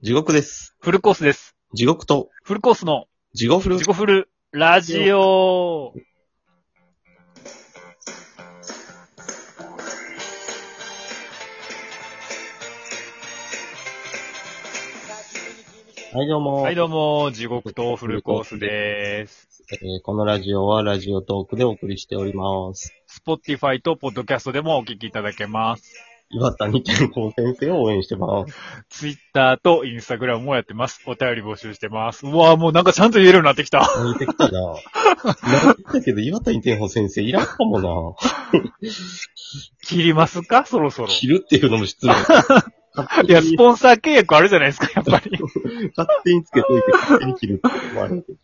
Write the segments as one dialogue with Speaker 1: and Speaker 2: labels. Speaker 1: 地獄です。
Speaker 2: フルコースです。
Speaker 1: 地獄と、
Speaker 2: フルコースの
Speaker 1: 地獄フル
Speaker 2: 自。己フルラジオ。
Speaker 1: はい、どうも、
Speaker 2: はい、どうも、地獄とフルコースです。
Speaker 1: えーこのラジオはラジオトークでお送りしております。
Speaker 2: Spotify と Podcast でもお聞きいただけます。
Speaker 1: 岩谷健康先生を応援してます。
Speaker 2: Twitter と Instagram もやってます。お便り募集してます。うわぁ、もうなんかちゃんと言えるようになってきた。
Speaker 1: 言ってきた な。なんだけど、岩谷健康先生いらんかも
Speaker 2: 切りますかそろそ
Speaker 1: な。
Speaker 2: ろ。
Speaker 1: 切るっていうのも失礼。
Speaker 2: いや、スポンサー契約あるじゃないですか、やっぱり。
Speaker 1: 勝手につけといて、勝手に切るっていうのもあるけど。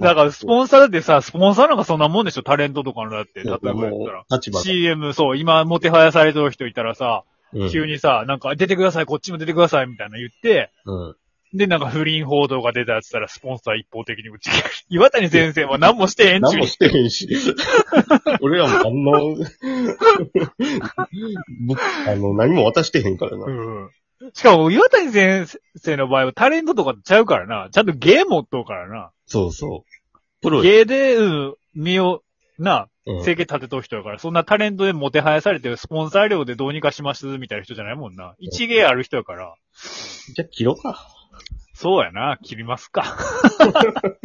Speaker 2: だから、スポンサーだってさ、スポンサーなんかそんなもんでしょタレントとかのだって、例えば言っ
Speaker 1: も
Speaker 2: たら。
Speaker 1: う、立場が。
Speaker 2: CM、そう、今、もてはやされてる人いたらさ、
Speaker 1: うん
Speaker 2: 急にさ、なんか出てください、こっちも出てください、みたいな言って、
Speaker 1: うん。
Speaker 2: で、なんか不倫報道が出たやつったら、スポンサー一方的に打ち切る。 岩谷先生は何もしてへん
Speaker 1: 何
Speaker 2: ちゅう
Speaker 1: も
Speaker 2: に。
Speaker 1: してへん し。俺ら もあんな、ぶあの、何も渡してへんからな。
Speaker 2: うん。しかも、岩谷先生の場合はタレントとかちゃうからな。ちゃんと芸持っとうからな。
Speaker 1: そうそう。プロや
Speaker 2: 芸で、うん、身を、な、
Speaker 1: うん
Speaker 2: 生計立てとう人やから、そんなタレントでもてはやされて、スポンサー料でどうにかします、みたいな人じゃないもんな。一芸ある人やから、
Speaker 1: じゃあ切ろうか。
Speaker 2: そうやな、切りますか。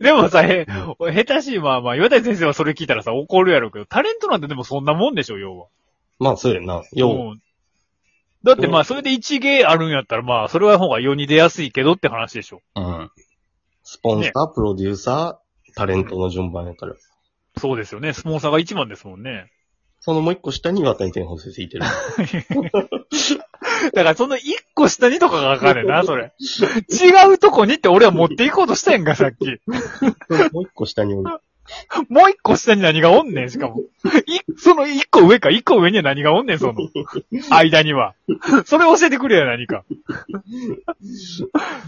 Speaker 2: でもさ、へ、下手しい、まあまあ、岩谷先生はそれ聞いたらさ、怒るやろうけど、タレントなんてでもそんなもんでしょ、要は。
Speaker 1: まあ、そうやな。よ
Speaker 2: うんだってまあ、それで一芸あるんやったら、まあ、それは方が世に出やすいけどって話でしょ。
Speaker 1: う。うん。スポンサー、プロデューサー、タレントの順番やから。
Speaker 2: そうですよね。スポンサーが一番ですもんね。
Speaker 1: そのもう一個下に渡り天保先生いて る。
Speaker 2: だから、その一個下にとかがあかんねんな、それ。違うとこにって俺は持っていこうとしてんか、さっき。
Speaker 1: もう一個下におる。
Speaker 2: もう一個下に何がおんねん、しかも。い、その一個上か、一個上には何がおんね ん、その。間には。それ教えてくれよ、何か。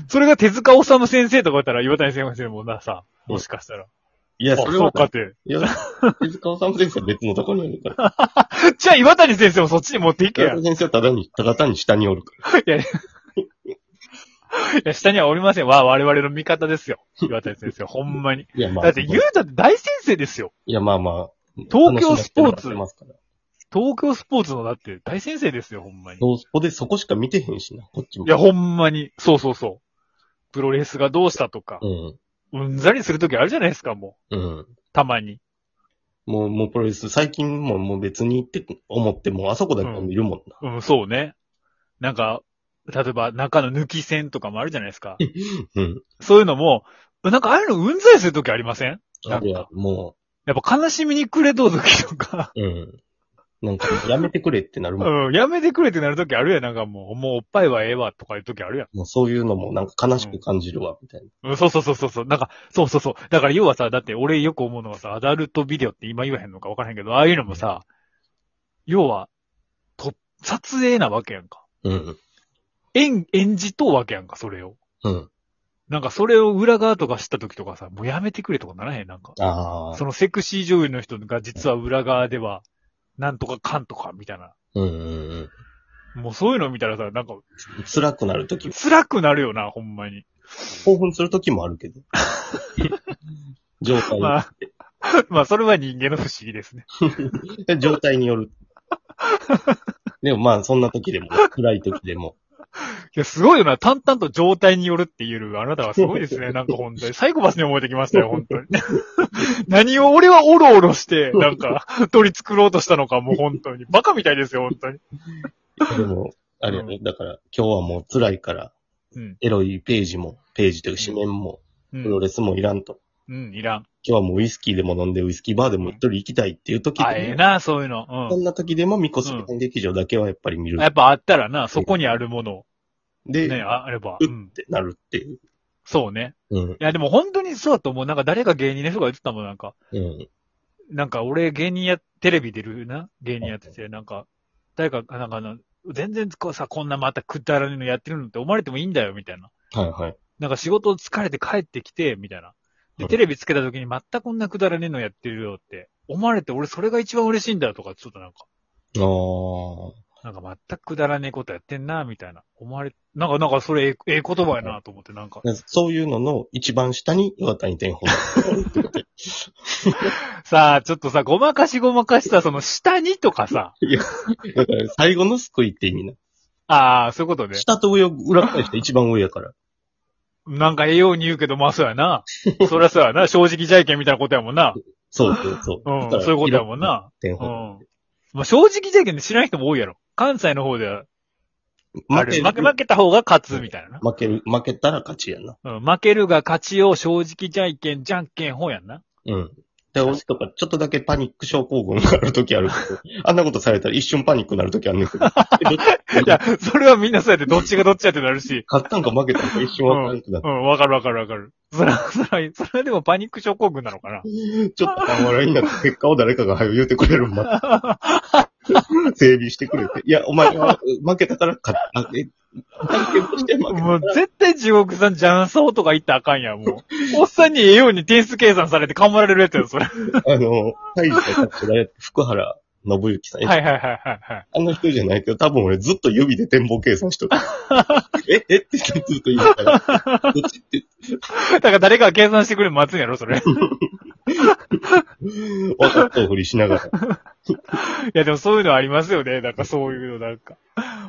Speaker 2: それが手塚治虫先生とかだったら、岩谷先生もなさ、もしかしたら。
Speaker 1: いや、
Speaker 2: あ
Speaker 1: それ
Speaker 2: そう
Speaker 1: は、
Speaker 2: かって。
Speaker 1: いや、手塚治虫先生は別のとこにおるから。
Speaker 2: じゃあ岩谷先生もそっちに持っていけ
Speaker 1: 手
Speaker 2: や。
Speaker 1: 塚
Speaker 2: い
Speaker 1: 先生はただに、ただ単に下におるから。
Speaker 2: や、下にはおりません。わ、我々の味方ですよ。岩谷先生、ほんまに。
Speaker 1: いや、まあ。
Speaker 2: だって言うたって大先生ですよ。
Speaker 1: いや、まあまあ。
Speaker 2: 東京スポーツ
Speaker 1: 楽しみにしてもらってますから
Speaker 2: 東京スポーツのだって大先生ですよ、ほんまに。
Speaker 1: そうそこでそこしか見てへんしな、こっちも。
Speaker 2: いや、ほんまに。そうそうそう。プロレスがどうしたとか。
Speaker 1: うん。
Speaker 2: うんざりするときあるじゃないですか、もう。
Speaker 1: うん。
Speaker 2: たまに。
Speaker 1: もう、もうプロレス、最近ももう別に行って思って、もうあそこだけ見るもんな。
Speaker 2: うん、そうね。なんか、例えば中の抜き線とかもあるじゃないですか。
Speaker 1: うん。
Speaker 2: そういうのも、なんかああいうのうんざりするときありません
Speaker 1: あれは、も
Speaker 2: やっぱ悲しみにくれとうときとか、
Speaker 1: う、うん。なんか、やめてくれってなるもん。
Speaker 2: うん、やめてくれってなるときあるやん。なんかもう、もうおっぱいはええわとかいうときあるやん。
Speaker 1: もうそういうのもなんか悲しく感じるわ、みたいな。
Speaker 2: うん、そうそうそうそうそう。なんか、そうそうそう。だから要はさ、だって俺よく思うのはさ、アダルトビデオって今言わへんのかわからへんけど、ああいうのもさ、要は、と、撮影なわけやんか。
Speaker 1: うん。
Speaker 2: 演、演じとうわけやんか、それを。
Speaker 1: うん。
Speaker 2: なんかそれを裏側とか知った時とかさ、もうやめてくれとかならへんなんか。
Speaker 1: ああ。
Speaker 2: そのセクシー女優の人が実は裏側では、なんとかかんとかみたいな。
Speaker 1: うんうん
Speaker 2: もうそういうの見たらさ、なんか
Speaker 1: うん。辛くなるとき、
Speaker 2: 辛くなるよな、ほんまに。
Speaker 1: 興奮するときもある けど。状態に、
Speaker 2: まあ、まあそれは人間の不思議ですね。
Speaker 1: 状態による。でもまあ、そんなときでも、暗いときでも。
Speaker 2: いや、すごいよな。淡々と状態によるって言える。あなたはすごいですね。なんか本当に。サイコパスに思えてきましたよ、本当に。 何を俺はオロオロして、なんか、取り繕ろうとしたのか、もう本当に。バカみたいですよ、本当に。
Speaker 1: でも、あれやね、だから、今日はもう辛いから、
Speaker 2: うん。
Speaker 1: エロいページも、ページというか紙面も、
Speaker 2: う
Speaker 1: プロ
Speaker 2: ん。
Speaker 1: レスもいらんと。
Speaker 2: うん、いらん。
Speaker 1: 今日はもうウイスキーでも飲んで、ウイスキーバーでも一人行きたいっていうときでも
Speaker 2: あ、ええな、そういうの。うん。
Speaker 1: そんな時でも、ミコスン劇場だけはやっぱり見る。
Speaker 2: やっぱあったらな、そこにあるものを
Speaker 1: で、
Speaker 2: ね、
Speaker 1: っ
Speaker 2: ああれば。うん。
Speaker 1: てなるっていう。
Speaker 2: そうね。
Speaker 1: うん。
Speaker 2: いや、でも本当にそうだと思う。なんか誰か芸人の人が言ってたもん、なんか。
Speaker 1: うん。
Speaker 2: なんか俺芸人や、テレビ出るな芸人やってて、なんか、誰か、なんかあの、全然こうさ、こんなまたくだらねえのやってるのって思われてもいいんだよ、みたいな。
Speaker 1: はいはい。
Speaker 2: なんか仕事疲れて帰ってきて、みたいな。
Speaker 1: う
Speaker 2: で、
Speaker 1: ん
Speaker 2: テレビつけた時にまたこんなくだらねえのやってるよって思われて、俺それが一番嬉しいんだよとか、ちょっとなんか、
Speaker 1: ああ。
Speaker 2: なんか全くくだらねえことやってんな、みたいな。思われ、なんか、なんかそれええ、ええ言葉やなと思って、なんか、
Speaker 1: でそういうのの一番下に岩谷天 保。
Speaker 2: さあ、ちょっとさ、ごまかしごまかした、その下にとかさ、
Speaker 1: だから最後の救いって意味な。
Speaker 2: ああ、そういうことね。
Speaker 1: 下と上を裏返して一番上やから。
Speaker 2: なんかええように言うけど、まあそうやな。そりゃそうや な。正直じゃいけんみたいなことやもんな。
Speaker 1: そうそうそう。
Speaker 2: うん
Speaker 1: だから
Speaker 2: そういうことやもんな。
Speaker 1: 天
Speaker 2: う
Speaker 1: 保。
Speaker 2: ん。まあ正直じゃいけんで知らない人も多いやろ。関西の方では、あ
Speaker 1: 負
Speaker 2: れ
Speaker 1: け
Speaker 2: 負け、
Speaker 1: 負
Speaker 2: 負けた方が勝つみたいなな。
Speaker 1: ける、負けたら勝ちやな。
Speaker 2: うん、負けるが勝ちを正直じゃいけん、じゃんけんほうやんな。
Speaker 1: うん。で、俺とか、ちょっとだけパニック症候群があるときあるけど、 あんなことされたら一瞬パニックになるときあんねんけ ど。
Speaker 2: いや、それはみんなそうやって、どっちがどっちやってなるし。
Speaker 1: 勝ったんか負けたんか一瞬わからんくなっ
Speaker 2: う
Speaker 1: て、
Speaker 2: ん、わかるわかるわかる。それは、それは、それはでもパニック症候群なのかな。
Speaker 1: ちょっと半笑いになって結果を誰かが早く言うてくれるんま。 整備してくれて。いや、お前は負けたから勝った。あえ、関係として負けた。
Speaker 2: もう絶対地獄さん、ジャンソーとか言ったらあかんやん、もう。おっさんにええように点数計算されて頑張られるやつやん、それ。は
Speaker 1: あの、大事な立場で福原信之さん。
Speaker 2: いはいはいはいはい。
Speaker 1: あんな人じゃないけど、多分俺ずっと指で展望計算し とった。え、えってずっと言いながら。どっちって、
Speaker 2: だから誰かが計算してくれるの待つんやろ、それ。い
Speaker 1: 分かったふりしながら。
Speaker 2: や、でもそういうのありますよね。なんかそういうの、なんか。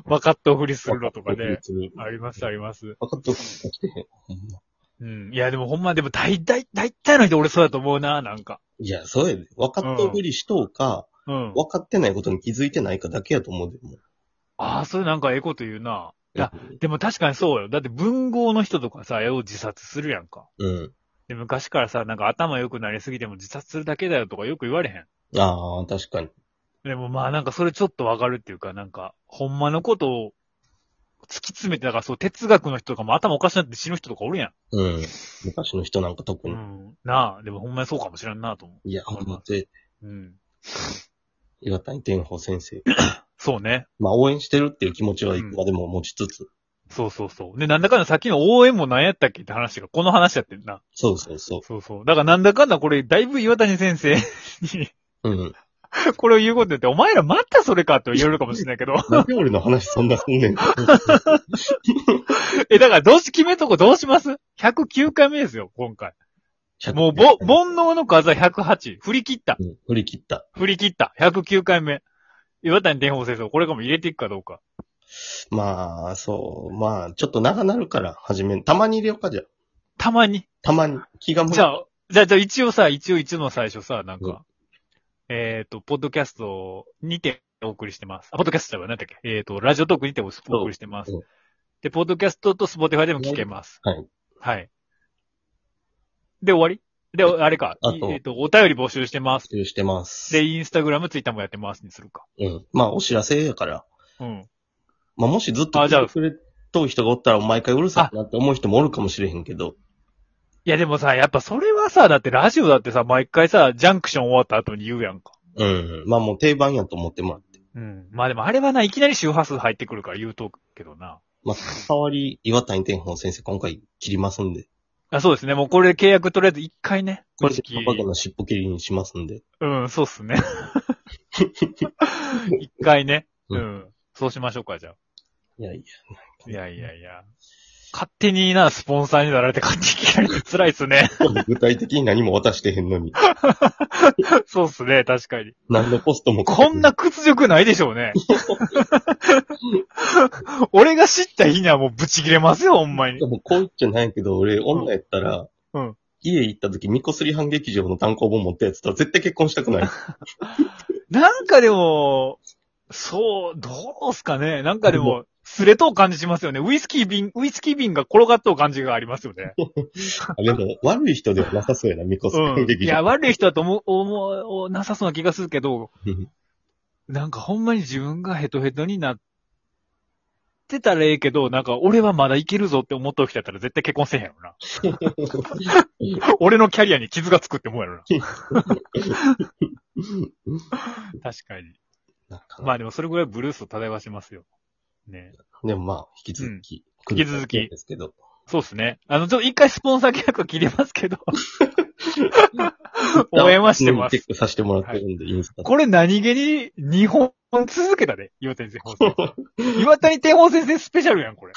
Speaker 2: 分かったふりするのとか ね。ありますあります。
Speaker 1: 分かったふりしてへん。ほんま
Speaker 2: うん。いや、でもほんま、でも大体、大体の人俺そうだと思うな、なんか。
Speaker 1: いや、そうやで。分かったふりしとうか、
Speaker 2: うん。
Speaker 1: 分かってないことに気づいてないかだけやと思うで。もう
Speaker 2: ああ、それなんかええこと言うな。いやでも確かにそうよ。だって文豪の人とかさ、絵を自殺するやんか。
Speaker 1: うん。
Speaker 2: で、昔からさ、なんか頭良くなりすぎても自殺するだけだよとかよく言われへん。
Speaker 1: ああ、確かに。
Speaker 2: でもまあなんかそれちょっとわかるっていうか、なんか、ほんまのことを突き詰めて、だからそう哲学の人とかも頭おかしなって死ぬ人とかおるや
Speaker 1: うん。昔の人なんか特
Speaker 2: ん。う
Speaker 1: に。
Speaker 2: ん。なあ、でもほんまにそうかもしらんなと思
Speaker 1: いや、ほんまで、
Speaker 2: う。うん。
Speaker 1: 岩谷天保先生。
Speaker 2: そうね。
Speaker 1: まあ、応援してるっていう気持ちはいくまでも持ちつつ。
Speaker 2: そうそうそう。で、なんだかんださっきの応援も何やったっけって話が、この話やってんな。
Speaker 1: そうそうそ
Speaker 2: そうそう。だからなんだかんだこれ、だいぶ岩谷先生 に、
Speaker 1: う。うん。
Speaker 2: これを言うことによって、お前らまたそれかって言われるかもしれないけど。
Speaker 1: なんで俺の話そんなすんねん。
Speaker 2: え、だからどうし、決めとこどうします ?109 回目ですよ、今回。もう、ぼ、
Speaker 1: ぼ、
Speaker 2: 煩悩の数は108。振り切った。
Speaker 1: うん、振り切った。
Speaker 2: 振り切った。109回目。岩谷天保先生、これからも入れていくかどうか。
Speaker 1: まあ、そう。まあ、ちょっと長なるから始めん。たまに入れようか、じゃあ
Speaker 2: たまに。
Speaker 1: たまに。気が向い
Speaker 2: じゃあ、じゃあ、じゃあ一応さ、一応一の最初さ、なん
Speaker 1: うん
Speaker 2: か、えっ、と、ポッドキャストにてお送りしてます。あ、ポッドキャストだわ、なんだっけえっ、と、ラジオトークにてお送りしてます
Speaker 1: うん。
Speaker 2: で、ポッドキャストとスポティファイでも聞けます。
Speaker 1: はい。
Speaker 2: はい。で、終わりで、おあれか。
Speaker 1: あ
Speaker 2: い
Speaker 1: と
Speaker 2: えっ、と、お便り募集してます。
Speaker 1: 集してます。
Speaker 2: で、インスタグラム、ツイッターもやってますにするか。
Speaker 1: うん。まあ、お知らせやから。
Speaker 2: うん。
Speaker 1: まあ、もしずっと
Speaker 2: あじゃあ
Speaker 1: くれとう人がおったら、毎回うるさいなって思う人もおるかもしれへんけど。
Speaker 2: いやでもさ、やっぱそれはさ、だってラジオだってさ、毎回さ、ジャンクション終わった後に言うやんか。
Speaker 1: うん。まあ、もう定番やと思ってもらって。
Speaker 2: うん。まあでもあれはな、いきなり周波数入ってくるから言うとくけどな。
Speaker 1: まあ、代わり、岩谷天本先生、今回切りますんで。
Speaker 2: あそうですね。もうこれ契約とりあえず一回ね。
Speaker 1: これで
Speaker 2: 打ち切り
Speaker 1: パパの尻尾切りにしますんで。
Speaker 2: うん、そうっすね。 一回ね。
Speaker 1: う
Speaker 2: うんん。そうしましょうか、じゃあ。
Speaker 1: いやいや。
Speaker 2: いやいやいや。勝手にな、スポンサーになられて勝手に切られて辛いっすね。
Speaker 1: 具体的に何も渡してへんのに。
Speaker 2: そうっすね、確かに。
Speaker 1: 何のコストもかけ
Speaker 2: こんな屈辱ないでしょうね。 俺が知った日にはもうブチ切れますよ、ほんまに
Speaker 1: で。もこう言っちゃないけど、俺、女やったら、
Speaker 2: うん
Speaker 1: 家行った時、ミコスリ半劇場の単行本持ったやつとは絶対結婚したく ない。
Speaker 2: なんかでも、そう、どうすかね。なんかでも、すれとう感じしますよね。ウイスキー瓶、ウイスキー瓶が転がっとう感じがありますよね。
Speaker 1: あでも、悪い人ではなさそうやな、ミコスリ
Speaker 2: う
Speaker 1: 半
Speaker 2: ん。い
Speaker 1: 劇
Speaker 2: や、
Speaker 1: 場。
Speaker 2: 悪い人だと思う、思う、なさそうな気がするけど、
Speaker 1: うん
Speaker 2: なんかほんまに自分がヘトヘトになってたらええけど、なんか俺はまだいけるぞって思っとう人やったら絶対結婚せえへんよな。俺のキャリアに傷がつくって思うやろな。確かに。
Speaker 1: なんかな
Speaker 2: まあでもそれぐらいブルースと漂わしますよ。ね。
Speaker 1: でもまあ、引き続き、
Speaker 2: うん引き続き
Speaker 1: ですけど。
Speaker 2: そうですね。あの、ちょ、一回スポンサー契約は切りますけど。応援はしてま
Speaker 1: チェッ
Speaker 2: す。
Speaker 1: クさせてもらってるんで、インスタとか
Speaker 2: これ何気に日本本続けたで、岩谷先生。岩谷天本先生スペシャルやん、これ。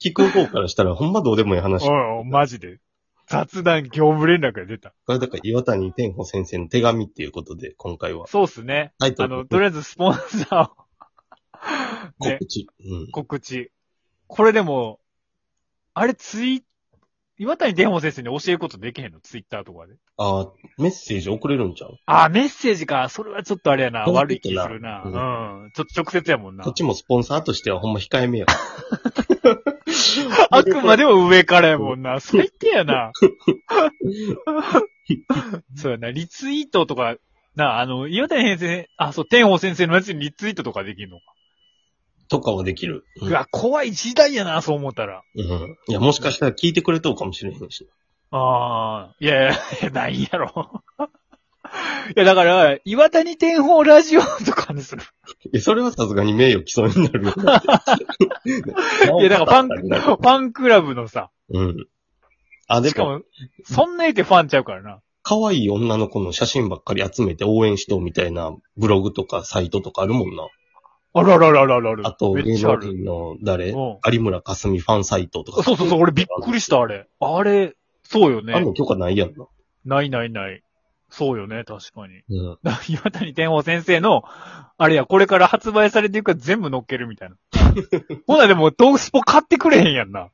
Speaker 1: 聞く方からしたらほんまどうでもいい話。
Speaker 2: おいおい、マジで。雑談業務連絡が出た。
Speaker 1: これだから岩谷天保先生の手紙っていうことで、今回は。
Speaker 2: そうっすね。
Speaker 1: タイト
Speaker 2: あ
Speaker 1: ル、
Speaker 2: の、とりあえずスポンサーを、ね
Speaker 1: 告、知。うん。
Speaker 2: 告知。これでも、あれツイ、岩谷天本先生に教えることできへんのツイッターとかで。
Speaker 1: ああ、メッセージ送れるんちゃう
Speaker 2: あ、メッセージか。それはちょっとあれやな。
Speaker 1: この時
Speaker 2: 悪い気するな。うん。ちょっと直接やもんな
Speaker 1: こっ。ちもスポンサーとしてはほんま控えめよ。
Speaker 2: あくまでも上からやもんな。最低や な。そうやな。リツイートとか、な、あの、岩谷先生、あ、そう、天保先生のやつにリツイートとかできるのか。
Speaker 1: とかはできる。う
Speaker 2: うんわ、怖い時代やな、そう思ったら。
Speaker 1: うん。いや、もしかしたら聞いてくれとうかもしれへんし。
Speaker 2: ああ、いやいやいや、ないやろ。いや、だから、岩谷天保ラジオとかにする。
Speaker 1: いや、それはさすがに名誉毀損になるよ。
Speaker 2: いや、だからフ
Speaker 1: なおかつ
Speaker 2: ァン、ファンクラブのさ、
Speaker 1: うん。あ、で
Speaker 2: しか
Speaker 1: も、
Speaker 2: も、そんないてファンちゃうからな。
Speaker 1: 可愛い女の子の写真ばっかり集めて応援しとうみたいなブログとかサイトとかあるもんな。
Speaker 2: あらららららら。
Speaker 1: あと、
Speaker 2: めっ
Speaker 1: 芸
Speaker 2: ちゃあ
Speaker 1: 能
Speaker 2: る。
Speaker 1: 人の誰
Speaker 2: うん
Speaker 1: 有村架純ファンサイトとか。
Speaker 2: そうそうそう、俺びっくりした、あれ。あれ、そうよ
Speaker 1: あん
Speaker 2: ね。
Speaker 1: の許可ないやんな。
Speaker 2: ないないない。そうよね、確かに。
Speaker 1: うん。
Speaker 2: だから岩谷天保先生の、あれや、これから発売されていくから全部乗っけるみたいな。ほな、でも、トースポ買ってくれへんやんな。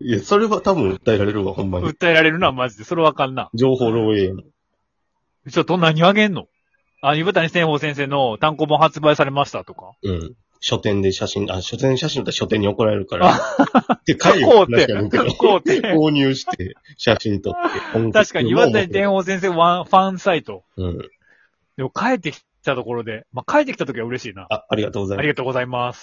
Speaker 1: いや、それは多分訴えられるわ、ほんまに。
Speaker 2: 訴えられるのはマジで、それわかんな。
Speaker 1: 情報漏洩やもん。
Speaker 2: ちょっと何あげんのあ、岩谷千宝先生の単行本発売されましたとか。
Speaker 1: うん。書店で写真、あ、書店写真だったら書店に怒られる から。で、
Speaker 2: 書
Speaker 1: 買えよ
Speaker 2: こ
Speaker 1: っ
Speaker 2: う
Speaker 1: て
Speaker 2: って
Speaker 1: 話やねんけど。、
Speaker 2: こうって。
Speaker 1: 購入して、写真撮って。
Speaker 2: 確かに岩谷天
Speaker 1: 保。
Speaker 2: 宝先生ワンファンサイト。
Speaker 1: うん。
Speaker 2: でも帰ってきたところで、まあ、帰ってきた時は嬉しいな。
Speaker 1: あ、ありがとうございます
Speaker 2: あり。がとうございます。